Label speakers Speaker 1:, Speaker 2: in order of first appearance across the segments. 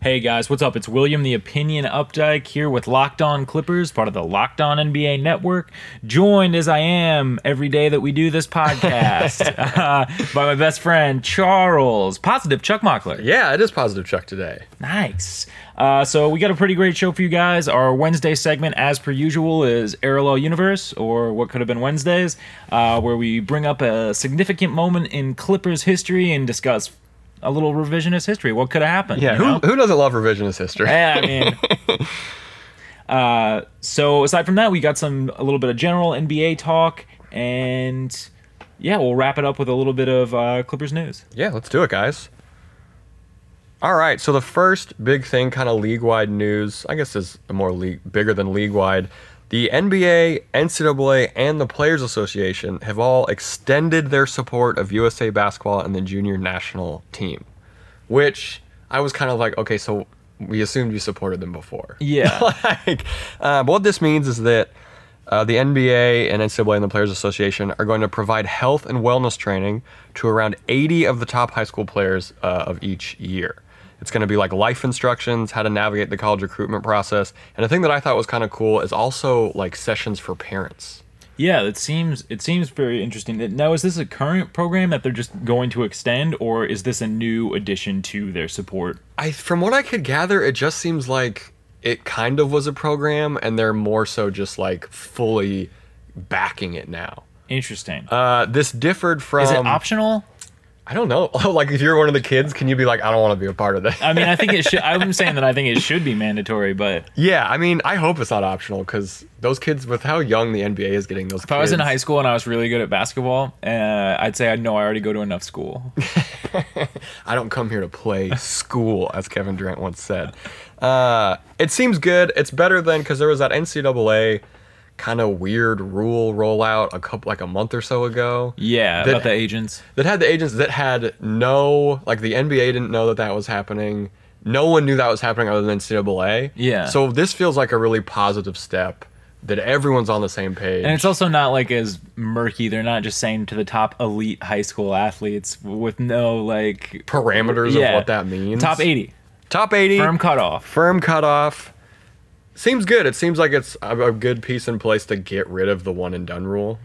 Speaker 1: Hey guys, what's up? It's William the Opinion Updike here with Locked On Clippers, part of the Locked On NBA Network, joined as I am every day that we do this podcast uh, by my best friend Charles, positive Chuck Mockler.
Speaker 2: Yeah, it is positive Chuck today.
Speaker 1: Nice. Uh, so we got a pretty great show for you guys. Our Wednesday segment, as per usual, is Parallel Universe, or what could have been Wednesdays, uh, where we bring up a significant moment in Clippers history and discuss a little revisionist history. What could have happened?
Speaker 2: Yeah,
Speaker 1: you
Speaker 2: who,
Speaker 1: know?
Speaker 2: who doesn't love revisionist history?
Speaker 1: Yeah, I mean. uh, so aside from that, we got some a little bit of general NBA talk, and yeah, we'll wrap it up with a little bit of uh, Clippers news.
Speaker 2: Yeah, let's do it, guys. All right, so the first big thing, kind of league wide news, I guess is more league, bigger than league wide. The NBA, NCAA, and the Players Association have all extended their support of USA basketball and the junior national team, which I was kind of like, okay, so we assumed you supported them before.
Speaker 1: Yeah.
Speaker 2: like, uh, but what this means is that uh, the NBA and NCAA and the Players Association are going to provide health and wellness training to around 80 of the top high school players uh, of each year. It's going to be like life instructions, how to navigate the college recruitment process, and the thing that I thought was kind of cool is also like sessions for parents.
Speaker 1: Yeah, it seems it seems very interesting. Now, is this a current program that they're just going to extend, or is this a new addition to their support?
Speaker 2: I, from what I could gather, it just seems like it kind of was a program, and they're more so just like fully backing it now.
Speaker 1: Interesting.
Speaker 2: Uh, um, this differed from.
Speaker 1: is it optional?
Speaker 2: I don't know. Oh, like, if you're one of the kids, can you be like, I don't want to be a part of that?
Speaker 1: I mean, I think it should. I'm saying that I think it should be mandatory, but if
Speaker 2: yeah, I mean, I hope it's not optional because those kids, with how young the NBA is getting, those. If kids,
Speaker 1: I was in high school and I was really good at basketball, uh, I'd say I know I already go to enough school.
Speaker 2: I don't come here to play school, as Kevin Durant once said. Uh, it seems good. It's better than because there was that NCAA kind of weird rule rollout a couple like a month or so ago.
Speaker 1: Yeah,
Speaker 2: That-
Speaker 1: about the agents.
Speaker 2: that had the agents that had no like the NBA didn't know that that was happening. No one knew that was happening other than NCAA.
Speaker 1: Yeah.
Speaker 2: So this feels like a really positive step that everyone's on the same page.
Speaker 1: And it's also not like as murky. They're not just saying to the top elite high school athletes with no like
Speaker 2: parameters
Speaker 1: yeah.
Speaker 2: of what that means.
Speaker 1: Top 80,
Speaker 2: Top 80.
Speaker 1: firm cutoff.
Speaker 2: firm cutoff. Seems good. It seems like it's a, a good piece in place to get rid of the one and done rule.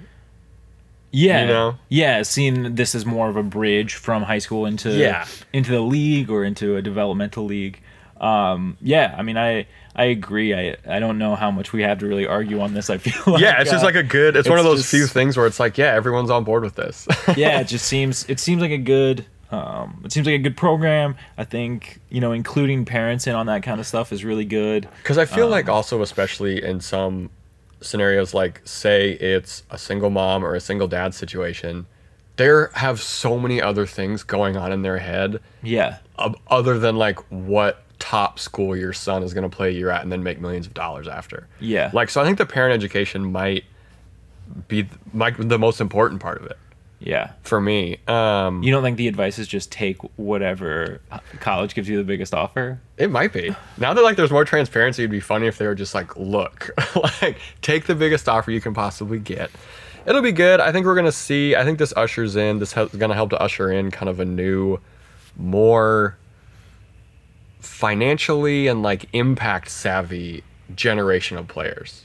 Speaker 1: Yeah.
Speaker 2: You know?
Speaker 1: Yeah, seeing this as more of a bridge from high school into
Speaker 2: Yeah.
Speaker 1: into the league or into a developmental league. Um, yeah, I mean I I agree. I I don't know how much we have to really argue on this. I feel like
Speaker 2: Yeah, it's just
Speaker 1: uh,
Speaker 2: like a good. It's, one of
Speaker 1: it's
Speaker 2: those
Speaker 1: just-
Speaker 2: few things where it's like, yeah, everyone's on board with this.
Speaker 1: yeah, it just seems it seems like a good um, it seems like a good program. I think, you know, including parents in on that kind of stuff is really good.
Speaker 2: Because I feel like also, especially in some scenarios, like say it's a single mom or a single dad situation, there have so many other things going on in their head
Speaker 1: Yeah.
Speaker 2: ob- other than like what top school your son is going to play you at and then make millions of dollars after.
Speaker 1: Yeah.
Speaker 2: Like, so I think the parent education might be th- might be the most important part of it
Speaker 1: Yeah.
Speaker 2: for me. Um,
Speaker 1: You don't think the advice is just take whatever college gives you the biggest offer?
Speaker 2: It might be. Now that like there's more transparency, it'd be funny if they were just like, look, like take the biggest offer you can possibly get. It'll be good. I think we're gonna see. I think this ushers in. This hel- is gonna help to usher in kind of a new, more financially and like impact savvy generation of players.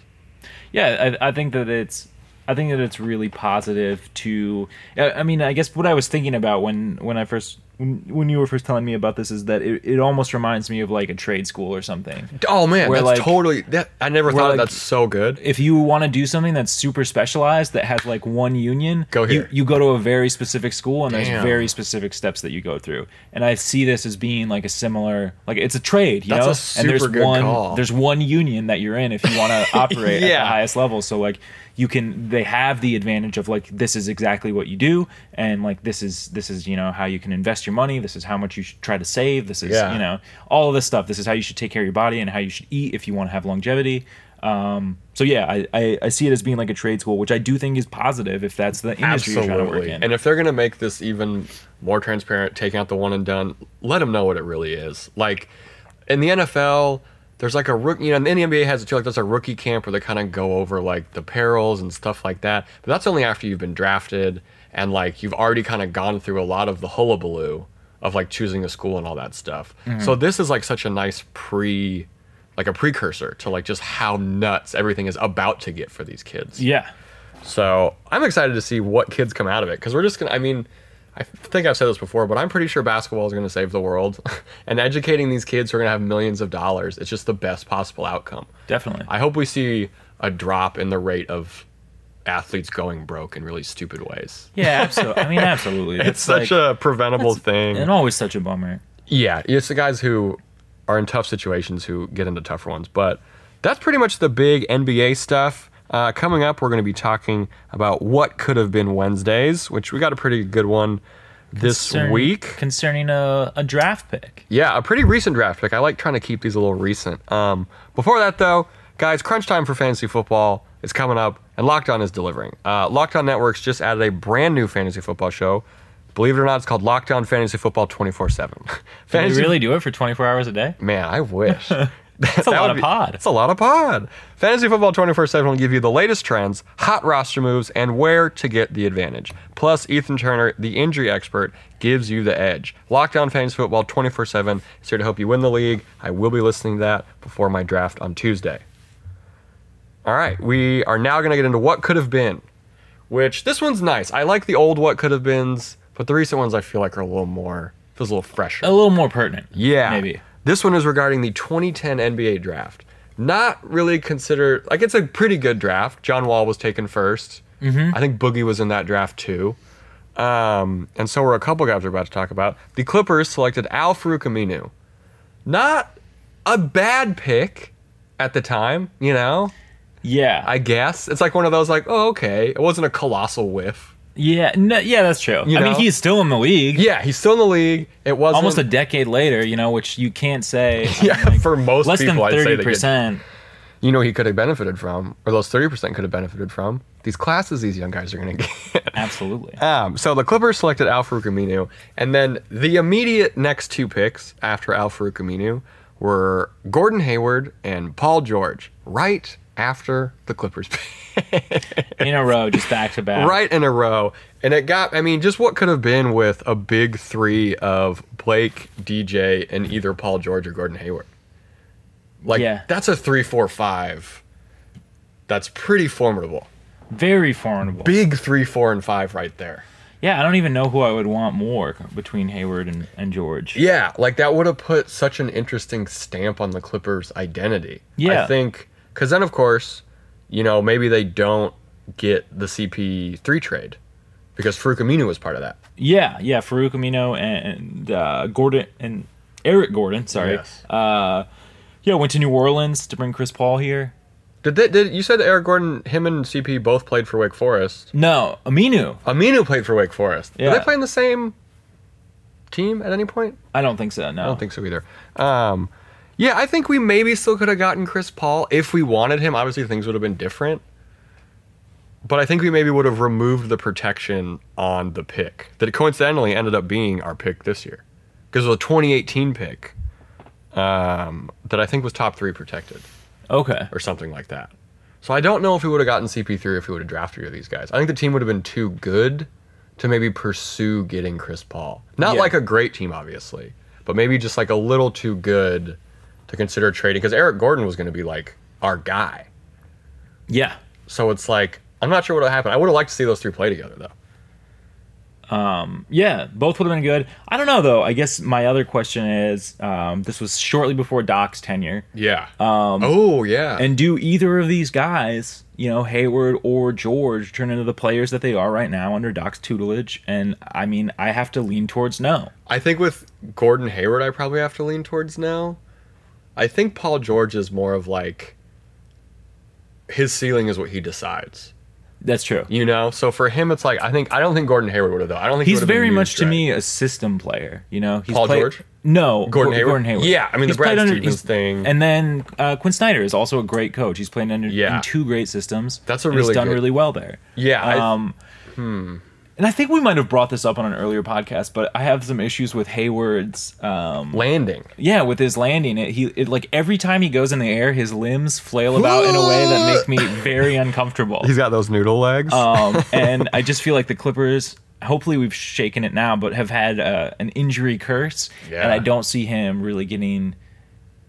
Speaker 1: yeah I, I think that it's i think that it's really positive to I, I mean i guess what i was thinking about when when i first when, when you were first telling me about this is that it, it almost reminds me of like a trade school or something
Speaker 2: Oh man,
Speaker 1: Where,
Speaker 2: that's
Speaker 1: like-
Speaker 2: totally. That I never
Speaker 1: where,
Speaker 2: thought
Speaker 1: like-
Speaker 2: that's so good.
Speaker 1: if you want to do something that's super specialized that has like one union
Speaker 2: Go here.
Speaker 1: You, you go to a very specific school and there's
Speaker 2: Damn.
Speaker 1: very specific steps that you go through and i see this as being like a similar like it's a trade you
Speaker 2: That's a
Speaker 1: know and there's
Speaker 2: super good
Speaker 1: one
Speaker 2: call.
Speaker 1: there's one union that you're in if you want to operate at
Speaker 2: Yeah.
Speaker 1: the highest level so like you can they have the advantage of like this is exactly what you do and like this is this is you know how you can invest your money this is how much you should try to save this is
Speaker 2: Yeah.
Speaker 1: you know all of this stuff this is how you should take care of your body and how you should eat if you want to have longevity um, so yeah I, I, I see it as being like a trade school which i do think is positive if that's the industry you're trying to work
Speaker 2: Absolutely.
Speaker 1: in
Speaker 2: And if they're going to make this even more transparent, taking out the one and done, let them know what it really is. Like in the NFL, there's like a rookie, you know, and the NBA has it too. Like there's a rookie camp where they kind of go over like the perils and stuff like that. But that's only after you've been drafted and like you've already kind of gone through a lot of the hullabaloo of like choosing a school and all that stuff. So this is like such a nice pre like a precursor to like just how nuts everything is about to get for these kids.
Speaker 1: Yeah.
Speaker 2: So I'm excited to see what kids come out of it because we're just gonna. I mean, I think I've said this before, but I'm pretty sure basketball is gonna save the world, and educating these kids who are gonna have millions of dollars. It's just the best possible outcome.
Speaker 1: Definitely.
Speaker 2: I hope we see a drop in the rate of athletes going broke in really stupid ways.
Speaker 1: yeah, absolutely. I mean, absolutely.
Speaker 2: It's, such
Speaker 1: like,
Speaker 2: a preventable thing.
Speaker 1: and always such a bummer.
Speaker 2: Yeah, it's the guys who are in tough situations who get into tougher ones. But that's pretty much the big NBA stuff. Uh, coming up, we're going to be talking about what could have been Wednesdays, which we got a pretty good one this
Speaker 1: Concern-
Speaker 2: week.
Speaker 1: concerning a, a draft pick.
Speaker 2: Yeah, a pretty recent draft pick. I like trying to keep these a little recent. Um, before that, though, guys, crunch time for fantasy football is coming up, and Locked On is delivering. Uh, Locked On Networks just added a brand new fantasy football show. Believe it or not, it's called Locked On Fantasy Football 24 7.
Speaker 1: Can you really do it for 24 hours a day?
Speaker 2: Man, I wish. That's
Speaker 1: a lot of pod.
Speaker 2: That's a lot of pod. Fantasy Football 24 7 will give you the latest trends, hot roster moves, and where to get the advantage. Plus, Ethan Turner, the injury expert, gives you the edge. Lockdown Fantasy Football 24 7 is here to help you win the league. I will be listening to that before my draft on Tuesday. All right, we are now going to get into what could have been, which this one's nice. I like the old what could have beens, but the recent ones I feel like are a little more, feels a little fresher.
Speaker 1: A little more pertinent.
Speaker 2: Yeah.
Speaker 1: Maybe.
Speaker 2: This one is regarding the 2010 NBA draft. Not really considered, like, it's a pretty good draft. John Wall was taken 1st
Speaker 1: Mm-hmm.
Speaker 2: I think Boogie was in that draft too. Um, and so were a couple guys we're about to talk about. The Clippers selected Al Farouk Aminu. Not a bad pick at the time, you know,
Speaker 1: Yeah.
Speaker 2: I guess. It's like one of those, like, oh, okay. It wasn't a colossal whiff.
Speaker 1: yeah. No, yeah, that's true.
Speaker 2: You
Speaker 1: I mean,
Speaker 2: know?
Speaker 1: he's still in the league.
Speaker 2: Yeah, he's still in the league. It wasn't.
Speaker 1: Almost a decade later, you know, which you can't say. I mean,
Speaker 2: Yeah,
Speaker 1: like,
Speaker 2: for most
Speaker 1: less
Speaker 2: people, I'd
Speaker 1: than
Speaker 2: say they
Speaker 1: thirty
Speaker 2: get-
Speaker 1: percent.
Speaker 2: you know he could have benefited from, or those 30% could have benefited from, these classes these young guys are going to get.
Speaker 1: Absolutely.
Speaker 2: um, so the Clippers selected Al Farouk Aminu, and then the immediate next two picks after Al Farouk Aminu were Gordon Hayward and Paul George, right after the Clippers pick.
Speaker 1: In a row, just back to back.
Speaker 2: right in a row. And it got, I mean, just what could have been with a big three of Blake, DJ, and either Paul George or Gordon Hayward. Like,
Speaker 1: Yeah.
Speaker 2: that's a three, four, five. That's pretty formidable.
Speaker 1: Very formidable.
Speaker 2: Big three, four, and five right there.
Speaker 1: yeah, I don't even know who I would want more between Hayward and, and George.
Speaker 2: Yeah, like that would have put such an interesting stamp on the Clippers' identity. I
Speaker 1: Yeah.
Speaker 2: think because then, of course, you know maybe they don't get the CP3 trade because Farouk Aminu was part of that.
Speaker 1: Yeah, yeah, Farouk Amino and uh, Gordon and Eric Gordon. Sorry.
Speaker 2: Yes.
Speaker 1: Uh, yeah, went to New Orleans to bring Chris Paul here.
Speaker 2: Did they, did you said that Eric Gordon, him and CP both played for Wake Forest?
Speaker 1: No, Aminu.
Speaker 2: Aminu played for Wake Forest. Did
Speaker 1: Yeah.
Speaker 2: they play in the same team at any point?
Speaker 1: I don't think so. No.
Speaker 2: I don't think so either. Um, yeah, I think we maybe still could have gotten Chris Paul if we wanted him. Obviously, things would have been different. But I think we maybe would have removed the protection on the pick that coincidentally ended up being our pick this year because it was a 2018 pick um, that I think was top three protected
Speaker 1: Okay.
Speaker 2: or something like that. So I don't know if we would have gotten CP3 or if we would have drafted either of these guys. I think the team would have been too good to maybe pursue getting Chris Paul. Not
Speaker 1: Yeah.
Speaker 2: like a great team, obviously, but maybe just like a little too good to consider trading because Eric Gordon was going to be like our guy.
Speaker 1: Yeah.
Speaker 2: So it's like, I'm not sure what would have happened. I would have liked to see those three play together, though.
Speaker 1: Yeah, both would have been good. I don't know though. I guess my other question is, um, this was shortly before Doc's tenure,
Speaker 2: Yeah. Um, oh, yeah.
Speaker 1: and do either of these guys, you know, Hayward or George, turn into the players that they are right now under Doc's tutelage? And I mean, I have to lean towards no.
Speaker 2: I think with Gordon Hayward, I probably have to lean towards now. I think Paul George is more of like his ceiling is what he decides.
Speaker 1: That's true.
Speaker 2: You know, so for him, it's like I think I don't think Gordon Hayward would have though. I don't think he
Speaker 1: He's
Speaker 2: would've been
Speaker 1: very
Speaker 2: used
Speaker 1: much to
Speaker 2: right.
Speaker 1: me a system player. You know, he's
Speaker 2: Paul
Speaker 1: played-
Speaker 2: George?
Speaker 1: No,
Speaker 2: Gordon
Speaker 1: Gor-
Speaker 2: Hayward?
Speaker 1: Gordon Hayward.
Speaker 2: Yeah, I mean, the Brad
Speaker 1: played
Speaker 2: Stevens
Speaker 1: he's-
Speaker 2: thing.
Speaker 1: and then uh, Quinn Snyder is also a great coach. He's played under
Speaker 2: Yeah.
Speaker 1: in two great systems.
Speaker 2: That's a
Speaker 1: and
Speaker 2: really
Speaker 1: he's done
Speaker 2: good-
Speaker 1: really well there.
Speaker 2: Yeah, I-
Speaker 1: Um, And I think we might have brought this up on an earlier podcast, but I have some issues with Hayward's. Um,
Speaker 2: landing.
Speaker 1: yeah, with his landing, it, he it, like every time he goes in the air, his limbs flail about in a way that make me very uncomfortable.
Speaker 2: got those noodle legs.
Speaker 1: Um, and I just feel like the Clippers hopefully we've shaken it now, but have had uh, an injury curse, and
Speaker 2: Yeah.
Speaker 1: I don't see him really getting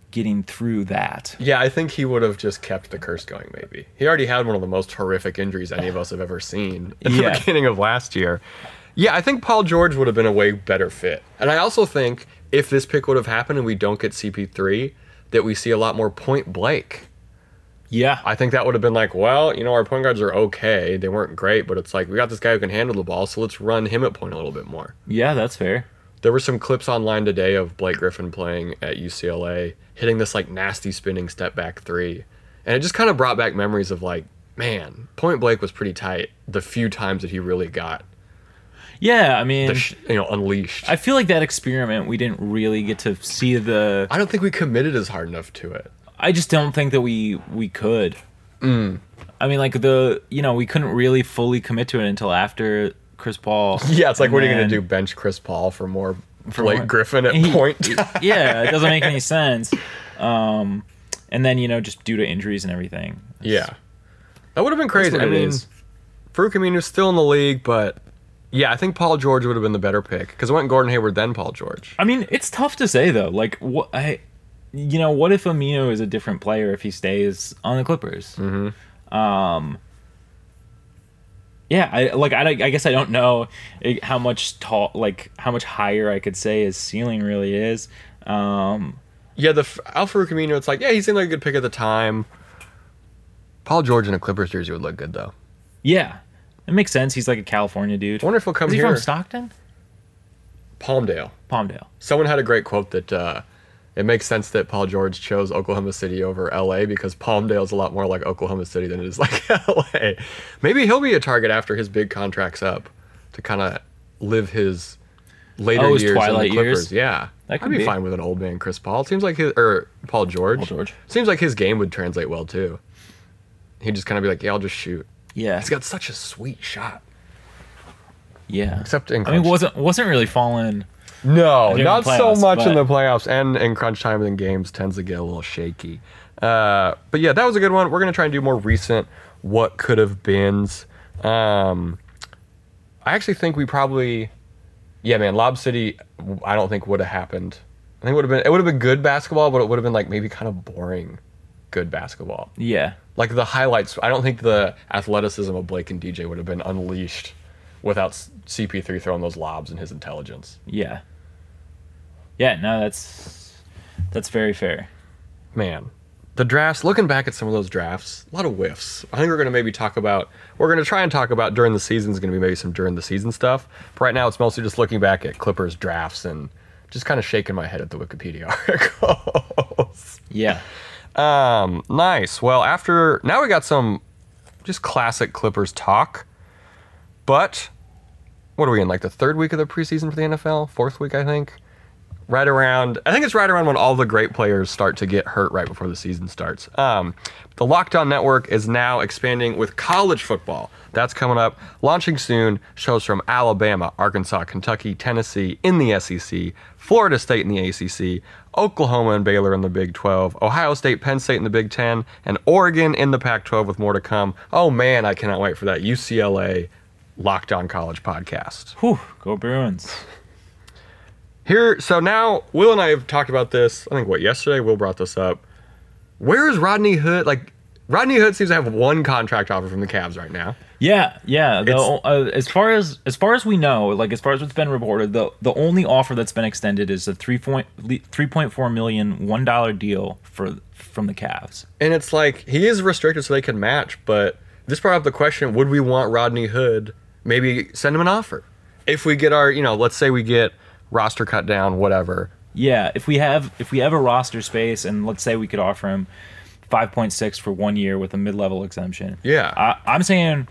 Speaker 1: getting through that.
Speaker 2: Yeah, I think he would have just kept the curse going, maybe. He already had one of the most horrific injuries any of us have ever seen at
Speaker 1: Yeah.
Speaker 2: the beginning of last year. Yeah, I think Paul George would have been a way better fit. And I also think if this pick would have happened and we don't get CP3, that we see a lot more point Blake.
Speaker 1: Yeah,
Speaker 2: I think that would have been like, well, you know, our point guards are okay. They weren't great, but it's like, we got this guy who can handle the ball, so let's run him at point a little bit more.
Speaker 1: yeah, that's fair.
Speaker 2: There were some clips online today of Blake Griffin playing at UCLA, hitting this like nasty spinning step back three. And it just kind of brought back memories of like, man, Point Blake was pretty tight the few times that he really got,
Speaker 1: Yeah, I mean,
Speaker 2: the sh- you know, unleashed. I,
Speaker 1: I feel like that experiment we didn't really get to see the.
Speaker 2: don't think we committed as hard enough to it.
Speaker 1: I just don't think that we we could.
Speaker 2: Mm.
Speaker 1: I mean, like the you know we couldn't really fully commit to it until after Chris Paul.
Speaker 2: Yeah, it's like,
Speaker 1: And
Speaker 2: what are you going
Speaker 1: then-
Speaker 2: to do? Bench Chris Paul for more Blake
Speaker 1: more-
Speaker 2: Griffin at
Speaker 1: He-
Speaker 2: point?
Speaker 1: yeah, it doesn't make any sense. Um, and then you know just due to injuries and everything.
Speaker 2: yeah. That would have been crazy.
Speaker 1: what
Speaker 2: I
Speaker 1: it
Speaker 2: mean,
Speaker 1: is.
Speaker 2: Farouk Aminu is still in the league, but yeah, I think Paul George would have been the better pick because I went Gordon Hayward, then Paul George.
Speaker 1: I mean, it's tough to say though. Like what I, you know, what if Amino is a different player if he stays on the Clippers? Mm-hmm. Um. Yeah, I like. I, don't- I guess I don't know eh, how much tall, like how much higher I could say his ceiling really is. Um.
Speaker 2: Yeah, the f- Alfredo Camino, it's like, yeah, he seemed like a good pick at the time. Paul George in a Clippers jersey would look good, though.
Speaker 1: Yeah, it makes sense. He's like a California dude.
Speaker 2: I wonder if he'll come
Speaker 1: Is he
Speaker 2: here.
Speaker 1: from Stockton?
Speaker 2: Palmdale.
Speaker 1: Palmdale.
Speaker 2: Someone had a great quote that uh, it makes sense that Paul George chose Oklahoma City over LA because Palmdale's a lot more like Oklahoma City than it is like LA. Maybe he'll be a target after his big contract's up to kind of live his later
Speaker 1: Oh, his
Speaker 2: years in the
Speaker 1: twilight years?
Speaker 2: Clippers. Yeah.
Speaker 1: That could
Speaker 2: I'd be,
Speaker 1: be.
Speaker 2: fine with an old man Chris Paul. Seems like his or Paul George.
Speaker 1: Paul George.
Speaker 2: Seems like his game would translate well too. He'd just kind of be like, "Yeah, I'll just shoot."
Speaker 1: Yeah.
Speaker 2: He's got such a sweet shot.
Speaker 1: Yeah.
Speaker 2: Except in
Speaker 1: I mean,
Speaker 2: crunch
Speaker 1: wasn't wasn't really falling.
Speaker 2: No,
Speaker 1: During
Speaker 2: not
Speaker 1: the
Speaker 2: so
Speaker 1: playoffs,
Speaker 2: much in
Speaker 1: but-
Speaker 2: the playoffs and in crunch time and games tends to get a little shaky. Uh, but yeah, that was a good one. We're gonna try and do more recent what could have been's. Um, I actually think we probably, yeah, man, Lob City. w- I don't think would have happened. I think would have been it would have been good basketball, but it would have been like maybe kind of boring, good basketball.
Speaker 1: Yeah.
Speaker 2: Like the highlights. I don't think the athleticism of Blake and DJ would have been unleashed without s- CP3 throwing those lobs and his intelligence.
Speaker 1: Yeah. Yeah, no, that's that's very fair.
Speaker 2: man, the drafts, looking back at some of those drafts, a lot of whiffs. I think we're going to maybe talk about, we're going to try and talk about during the season, is going to be maybe some during the season stuff. But right now, it's mostly just looking back at Clippers drafts and just kind of shaking my head at the Wikipedia articles.
Speaker 1: Yeah.
Speaker 2: um, nice. Well, after, now we got some just classic Clippers talk. But what are we in, like the third week of the preseason for the NFL? Fourth week, I think? right around I think it's right around when all the great players start to get hurt right before the season starts. Um, the Lockdown Network is now expanding with college football. That's coming up, launching soon. Shows from Alabama, Arkansas, Kentucky, Tennessee in the SEC, Florida State in the ACC, Oklahoma and Baylor in the Big 12, Ohio State, Penn State in the Big 10, and Oregon in the Pac 12 with more to come. Oh man, I cannot wait for that UCLA Locked On College podcast.
Speaker 1: Whew, go Bruins.
Speaker 2: Here, so now Will and I have talked about this. I think what yesterday Will brought this up. Where is Rodney Hood? Like Rodney Hood seems to have one contract offer from the Cavs right now.
Speaker 1: Yeah, yeah. The,
Speaker 2: It's-
Speaker 1: uh, as far as as far as we know, like as far as what's been reported, the the only offer that's been extended is a three point three point four million one dollar deal for from the Cavs.
Speaker 2: And it's like he is restricted so they can match, but this brought up the question, would we want Rodney Hood? Maybe send him an offer. If we get our, you know, let's say we get roster cut down, whatever.
Speaker 1: Yeah, if we have if we have a roster space, and let's say we could offer him five point six for one year with a mid level exemption.
Speaker 2: Yeah.
Speaker 1: I, I'm saying,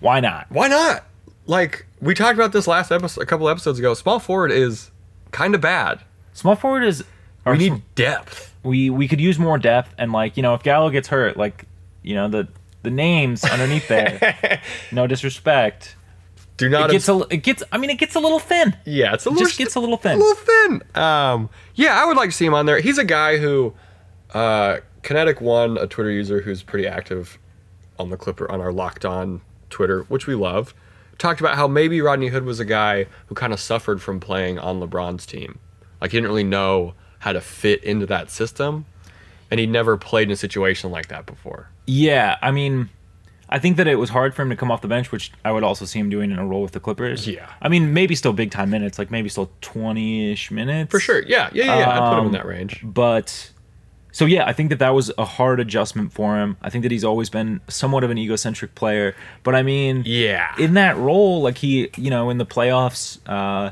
Speaker 1: why not?
Speaker 2: Why not? Like we talked about this last episode a couple episodes ago. Small forward is kind of bad.
Speaker 1: Small forward is.
Speaker 2: We need depth.
Speaker 1: we we could use more depth and like you know if Gallo gets hurt like you know the the names underneath there no disrespect
Speaker 2: Do not
Speaker 1: it gets a it gets I mean it gets a little thin
Speaker 2: Yeah, it's a
Speaker 1: it
Speaker 2: little
Speaker 1: just gets a little
Speaker 2: a
Speaker 1: thin
Speaker 2: little thin. Um, yeah, I would like to see him on there. He's a guy who, uh, Kinetic One, a Twitter user who's pretty active on the Clipper on our Locked On Twitter, which we love, talked about how maybe Rodney Hood was a guy who kind of suffered from playing on LeBron's team. Like he didn't really know how to fit into that system, and he never played in a situation like that before.
Speaker 1: Yeah, I mean, I think that it was hard for him to come off the bench, which I would also see him doing in a role with the Clippers.
Speaker 2: Yeah.
Speaker 1: I mean, maybe still big time minutes, like maybe still 20 ish minutes.
Speaker 2: For sure. Yeah. Yeah. Yeah. yeah. I put him in that range.
Speaker 1: But so yeah, I think that that was a hard adjustment for him. I think that he's always been somewhat of an egocentric player, but I mean,
Speaker 2: Yeah.
Speaker 1: in that role, like he, you know, in the playoffs, uh,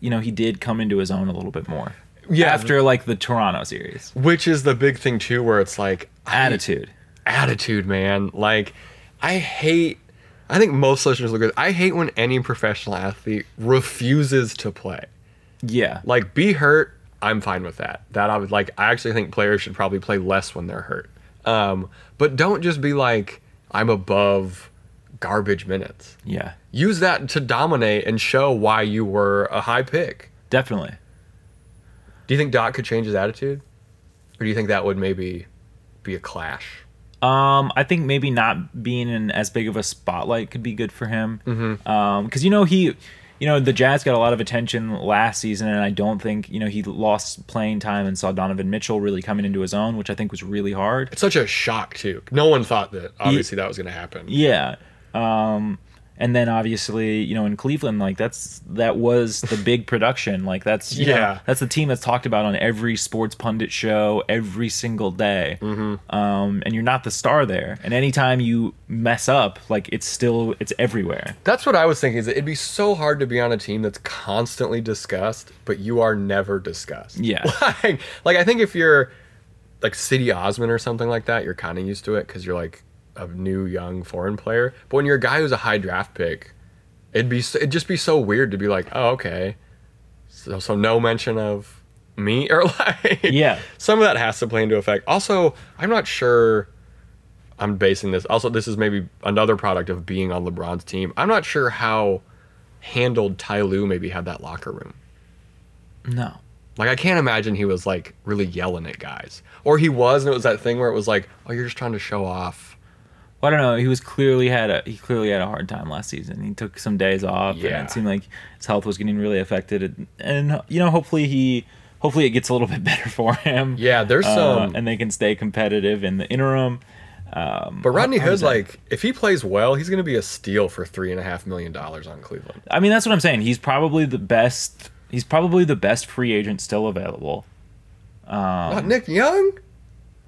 Speaker 1: you know, he did come into his own a little bit more.
Speaker 2: Yeah.
Speaker 1: after like the Toronto series,
Speaker 2: Which is the big thing too, where it's like I-
Speaker 1: attitude.
Speaker 2: attitude, man. Like, I hate. I think most listeners look at. I hate when any professional athlete refuses to play.
Speaker 1: Yeah,
Speaker 2: Like, be hurt. I'm fine with that. That I would like. I actually think players should probably play less when they're hurt. Um, but don't just be like, I'm above garbage minutes.
Speaker 1: yeah,
Speaker 2: Use that to dominate and show why you were a high pick.
Speaker 1: definitely.
Speaker 2: Do you think Doc could change his attitude, or do you think that would maybe be a clash?
Speaker 1: Um, I think maybe not being in as big of a spotlight could be good for him. Mm-hmm. Um, because you know he, you know the Jazz got a lot of attention last season, and I don't think you know he lost playing time and saw Donovan Mitchell really coming into his own, which I think was really hard.
Speaker 2: It's such a shock too. No one thought that obviously that was going to happen.
Speaker 1: Yeah. Um, and then obviously, you know, in Cleveland, like that's that was the big production. Like that's you know,
Speaker 2: Yeah.
Speaker 1: that's the team that's talked about on every sports pundit show every single day. Mm-hmm. Um, and you're not the star there. And anytime you mess up, like it's still it's everywhere.
Speaker 2: That's what I was thinking. Is that it'd be so hard to be on a team that's constantly discussed, but you are never discussed.
Speaker 1: Yeah.
Speaker 2: Like, like I think if you're like City Osman or something like that, you're kind of used to it because you're like a new young foreign player. But when you're a guy who's a high draft pick, it'd be so- it'd just be so weird to be like, oh okay, so so no mention of me or like
Speaker 1: Yeah.
Speaker 2: some of that has to play into effect. Also, I'm not sure. I'm basing this. Also, this is maybe another product of being on LeBron's team. I'm not sure how handled Ty Lue maybe had that locker room.
Speaker 1: No.
Speaker 2: Like, I can't imagine he was like really yelling at guys, or he was, and it was that thing where it was like, "Oh, you're just trying to show off."
Speaker 1: Well, I don't know. He was clearly had a he clearly had a hard time last season. He took some days off,
Speaker 2: Yeah.
Speaker 1: and it seemed like his health was getting really affected. And, and you know, hopefully he hopefully it gets a little bit better for him.
Speaker 2: Yeah, there's
Speaker 1: Uh,
Speaker 2: some.
Speaker 1: and they can stay competitive in the interim.
Speaker 2: but Rodney Hood, like, if he plays well, he's going to be a steal for three and a half million dollars on Cleveland.
Speaker 1: I mean, that's what I'm saying. He's probably the best. He's probably the best free agent still available. Um,
Speaker 2: Not Nick Young?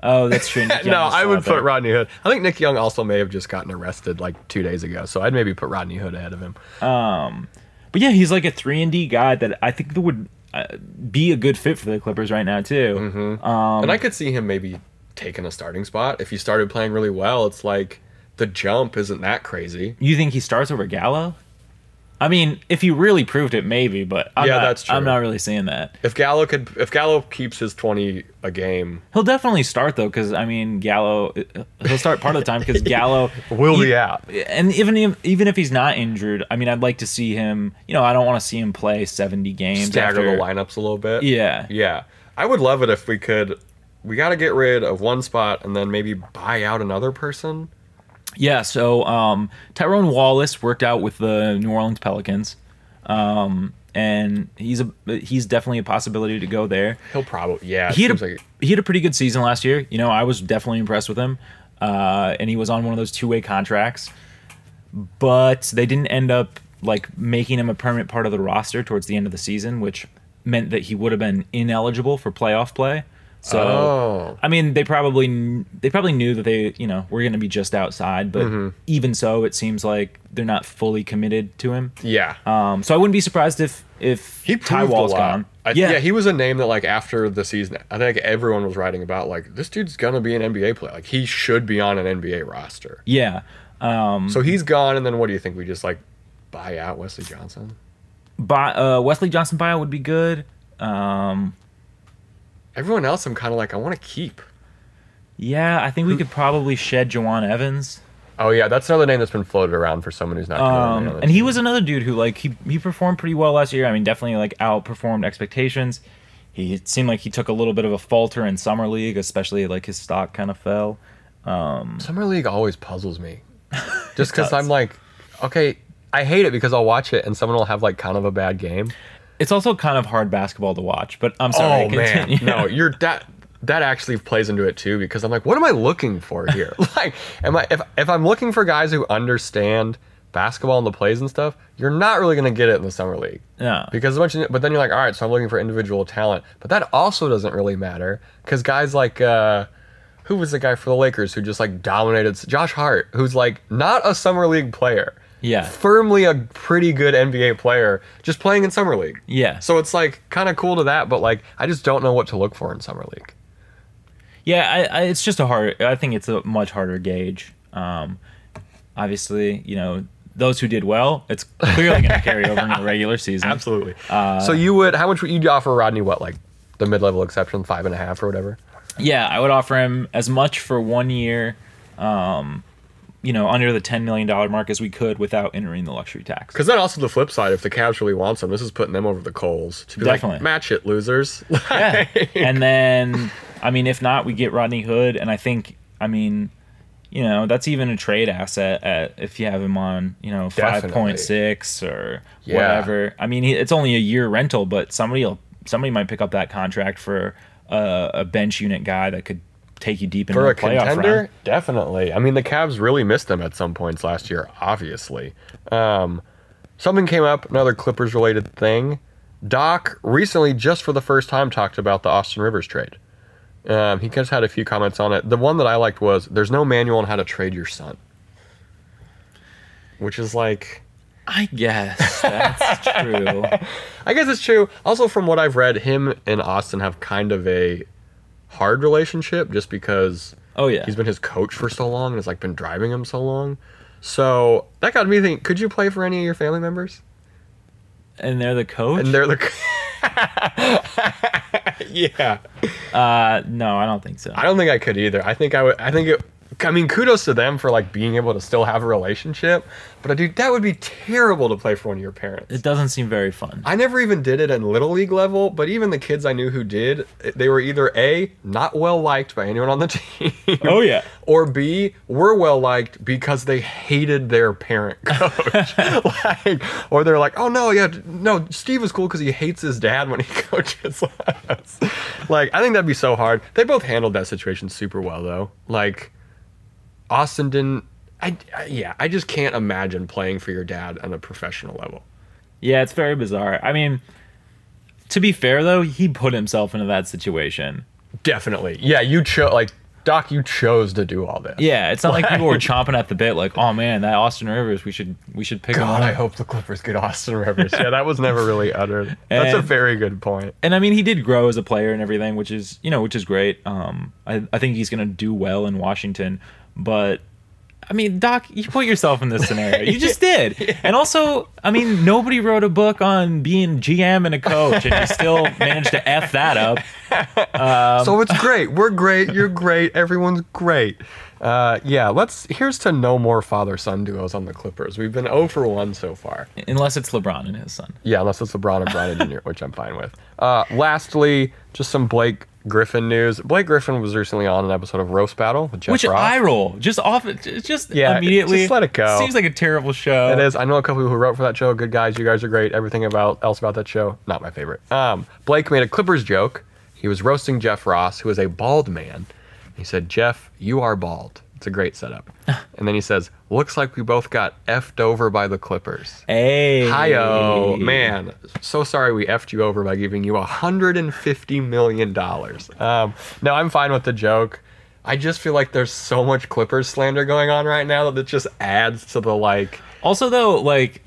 Speaker 1: Oh, that's true. Nick Young
Speaker 2: no,
Speaker 1: is
Speaker 2: I
Speaker 1: still
Speaker 2: would
Speaker 1: out there.
Speaker 2: put Rodney Hood. I think Nick Young also may have just gotten arrested like two days ago, so I'd maybe put Rodney Hood ahead of him.
Speaker 1: But yeah, he's like a three and D guy that I think that would uh, be a good fit for the Clippers right now too.
Speaker 2: Mm-hmm.
Speaker 1: Um,
Speaker 2: and I could see him maybe taking a starting spot if he started playing really well. It's like the jump isn't that crazy.
Speaker 1: You think he starts over Gallo? I mean, if he really proved it, maybe. But I'm
Speaker 2: Yeah,
Speaker 1: not,
Speaker 2: that's true.
Speaker 1: I'm not really seeing that.
Speaker 2: If Gallo could, if Gallo keeps his twenty a game,
Speaker 1: He'll definitely start though, because I mean, Gallo. uh, He'll start part of the time because Gallo
Speaker 2: will
Speaker 1: he-
Speaker 2: be out.
Speaker 1: and even if, even if he's not injured, I mean, I'd like to see him. You know, I don't want to see him play seventy games.
Speaker 2: Stagger
Speaker 1: after-
Speaker 2: the lineups a little bit.
Speaker 1: Yeah,
Speaker 2: yeah. I would love it if we could. We got to get rid of one spot and then maybe buy out another person.
Speaker 1: yeah. So um, Tyrone Wallace worked out with the New Orleans Pelicans, um, and he's a he's definitely a possibility to go there.
Speaker 2: He'll probably yeah. it
Speaker 1: He had
Speaker 2: seems
Speaker 1: a,
Speaker 2: like-
Speaker 1: he had a pretty good season last year. You know, I was definitely impressed with him, uh, and he was on one of those two way contracts, but they didn't end up like making him a permanent part of the roster towards the end of the season, which meant that he would have been ineligible for playoff play. So.
Speaker 2: oh,
Speaker 1: I mean, they probably kn- they probably knew that they you know were going to be just outside, but
Speaker 2: Mm-hmm.
Speaker 1: even so, it seems like they're not fully committed to him.
Speaker 2: yeah.
Speaker 1: Um, so I wouldn't be surprised if if
Speaker 2: He
Speaker 1: Ty
Speaker 2: proved
Speaker 1: Wall's
Speaker 2: a lot.
Speaker 1: gone.
Speaker 2: I-
Speaker 1: yeah,
Speaker 2: yeah. he was a name that like after the season, I think everyone was writing about like this dude's gonna be an NBA player. Like he should be on an NBA roster.
Speaker 1: yeah.
Speaker 2: So he's gone, and then what do you think? We just like buy out Wesley Johnson,
Speaker 1: Bi- uh, Wesley Johnson bio would be good. Um,
Speaker 2: everyone else. I'm kind of like I want to keep.
Speaker 1: yeah, I think we could probably shed Jawan Evans.
Speaker 2: Oh yeah, that's another name that's been floated around for someone who's not.
Speaker 1: Um, and he was another dude who like he he performed pretty well last year. I mean, definitely like outperformed expectations. He it seemed like he took a little bit of a falter in summer league, especially like his stock kind of fell.
Speaker 2: summer league always puzzles me, just because
Speaker 1: does.
Speaker 2: I'm like, okay, I hate it because I'll watch it and someone will have like kind of a bad game.
Speaker 1: It's also kind of hard basketball to watch, but I'm sorry.
Speaker 2: oh man,
Speaker 1: continue.
Speaker 2: no, you're that that actually plays into it too because I'm like, what am I looking for here? like, am I if if I'm looking for guys who understand basketball and the plays and stuff, you're not really gonna get it in the summer league.
Speaker 1: No.
Speaker 2: Because a bunch of, but then you're like, all right, so I'm looking for individual talent, but that also doesn't really matter because guys like. uh who was the guy for the Lakers who just like dominated Josh Hart, who's like not a summer league player.
Speaker 1: Yeah.
Speaker 2: Firmly a pretty good NBA player, just playing in summer league.
Speaker 1: Yeah.
Speaker 2: So it's like kind of cool to that, but like I just don't know what to look for in summer league.
Speaker 1: Yeah, I, I, it's just a hard. I think it's a much harder gauge. Um, obviously, you know those who did well, it's clearly going to carry over in the regular season.
Speaker 2: Absolutely. so you would how much would you offer Rodney? What like the mid level exception, five and a half or whatever?
Speaker 1: Yeah, I would offer him as much for one year, um, you know, under the ten million dollar mark as we could without entering the luxury tax.
Speaker 2: Because then also the flip side, if the Cavs really wants them, this is putting them over the coals to be
Speaker 1: Definitely.
Speaker 2: like match it, losers.
Speaker 1: Yeah. and then, I mean, if not, we get Rodney Hood, and I think, I mean, you know, that's even a trade asset at, if you have him on, you know, five
Speaker 2: Definitely.
Speaker 1: point six or
Speaker 2: Yeah.
Speaker 1: whatever. I mean, he- it's only a year rental, but somebody'll somebody might pick up that contract for a, a bench unit guy that could take you deep into
Speaker 2: For
Speaker 1: the
Speaker 2: a
Speaker 1: playoff
Speaker 2: contender,
Speaker 1: round.
Speaker 2: definitely. I mean, the Cavs really missed them at some points last year, obviously. Um, something came up, another Clippers related thing. Doc recently, just for the first time, talked about the Austin Rivers trade. Um, he just had a few comments on it. The one that I liked was there's no manual on how to trade your son, which is like.
Speaker 1: I guess that's true.
Speaker 2: I guess it's true. Also, from what I've read, him and Austin have kind of a hard relationship just because
Speaker 1: Oh yeah,
Speaker 2: he's been his coach for so long and has like been driving him so long. So that got me thinking: Could you play for any of your family members?
Speaker 1: and they're the coach.
Speaker 2: And they're like, yeah.
Speaker 1: uh, no, I don't think so.
Speaker 2: I don't think I could either. I think I would. I think it. I mean, kudos to them for like being able to still have a relationship. But I do. That would be terrible to play for one of your parents.
Speaker 1: It doesn't seem very fun.
Speaker 2: I never even did it in little league level, but even the kids I knew who did, they were either A, not well liked by anyone on the team.
Speaker 1: Oh, yeah.
Speaker 2: Or B, were well liked because they hated their parent coach. like or they're like, "Oh no, yeah, no, Steve is cool cuz he hates his dad when he coaches us." like, I think that'd be so hard. They both handled that situation super well though. Like Austin didn't I, I yeah, I just can't imagine playing for your dad on a professional level.
Speaker 1: Yeah, it's very bizarre. I mean, to be fair though, he put himself into that situation.
Speaker 2: Definitely. Yeah, you chose like Doc, you chose to do all this.
Speaker 1: Yeah, it's not like people were chomping at the bit like, "Oh man, that Austin Rivers, we should we should pick him
Speaker 2: God, I
Speaker 1: up."
Speaker 2: hope the Clippers get Austin Rivers. yeah, that was never really uttered. That's a
Speaker 1: And-
Speaker 2: very good point.
Speaker 1: And I mean, he did grow as a player and everything, which is, you know, which is great. Um I I think he's going to do well in Washington, but I mean, Doc, you put yourself in this scenario. You just did. And also, I mean, nobody wrote a book on being GM and a coach, and you still managed to F that up.
Speaker 2: so it's great. We're great. You're great. Everyone's great. Uh, yeah, let's. Here's to no more father son duos on the Clippers. We've been 0 for 1 so far.
Speaker 1: Unless it's LeBron and his son.
Speaker 2: Yeah, unless it's LeBron and Bronny Jr., which I'm fine with. Uh, lastly, just some Blake Griffin news. Blake Griffin was recently on an episode of Roast Battle with Jeff
Speaker 1: Which
Speaker 2: Ross.
Speaker 1: eye roll, just off, j- just
Speaker 2: Yeah,
Speaker 1: immediately.
Speaker 2: just let it go.
Speaker 1: Seems like a terrible show.
Speaker 2: It is. I know a couple who wrote for that show. Good guys. You guys are great. Everything about else about that show, not my favorite. Um, Blake made a Clippers joke. He was roasting Jeff Ross, who is a bald man. He said, "Jeff, you are bald. It's a great setup." and then he says, "Looks like we both got effed over by the Clippers."
Speaker 1: Hey,
Speaker 2: Hi-yo, man. So sorry we effed you over by giving you $150 million. Um, no, I'm fine with the joke. I just feel like there's so much Clippers slander going on right now that it just adds to the like.
Speaker 1: Also, though, like,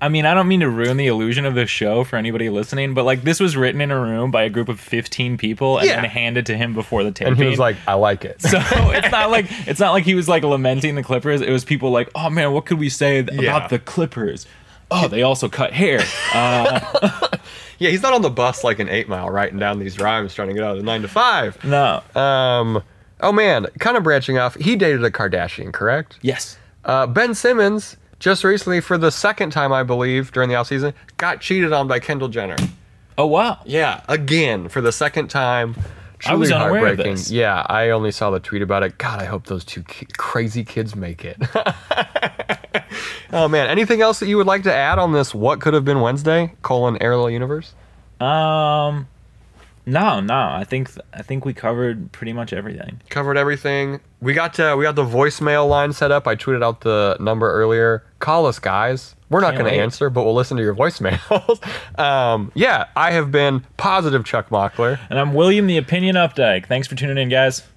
Speaker 1: I mean, I don't mean to ruin the illusion of the show for anybody listening, but like, this was written in a room by a group of fifteen people and
Speaker 2: Yeah.
Speaker 1: then handed to him before the taping.
Speaker 2: And he was like, I like it.
Speaker 1: so it's not like it's not like he was like lamenting the Clippers. It was people like, oh man, what could we say th-
Speaker 2: Yeah.
Speaker 1: about the Clippers? Oh, they also cut hair. Uh,
Speaker 2: yeah, he's not on the bus like an eight mile writing down these rhymes trying to get out of the nine to five.
Speaker 1: No.
Speaker 2: Um, oh man, kind of branching off. He dated a Kardashian, correct?
Speaker 1: yes.
Speaker 2: Uh, ben Simmons just recently, for the second time, I believe, during the offseason, got cheated on by Kendall Jenner.
Speaker 1: Oh wow.
Speaker 2: Yeah, again for the second time. Truly
Speaker 1: was unaware of
Speaker 2: heartbreaking.
Speaker 1: this.
Speaker 2: Yeah, I only saw the tweet about it. God, I hope those two ki- crazy kids make it. Oh man, anything else that you would like to add on this? What could have been Wednesday? Colon parallel universe.
Speaker 1: Um, no, no. I think I think we covered pretty much everything.
Speaker 2: Covered everything. We got to we got the voicemail line set up. I tweeted out the number earlier. Call us, guys. We're not
Speaker 1: Can't
Speaker 2: going to
Speaker 1: wait.
Speaker 2: answer, but we'll listen to your voicemails. um, yeah, I have been positive Chuck Mockler.
Speaker 1: And I'm William, the opinion updike. Thanks for tuning in, guys.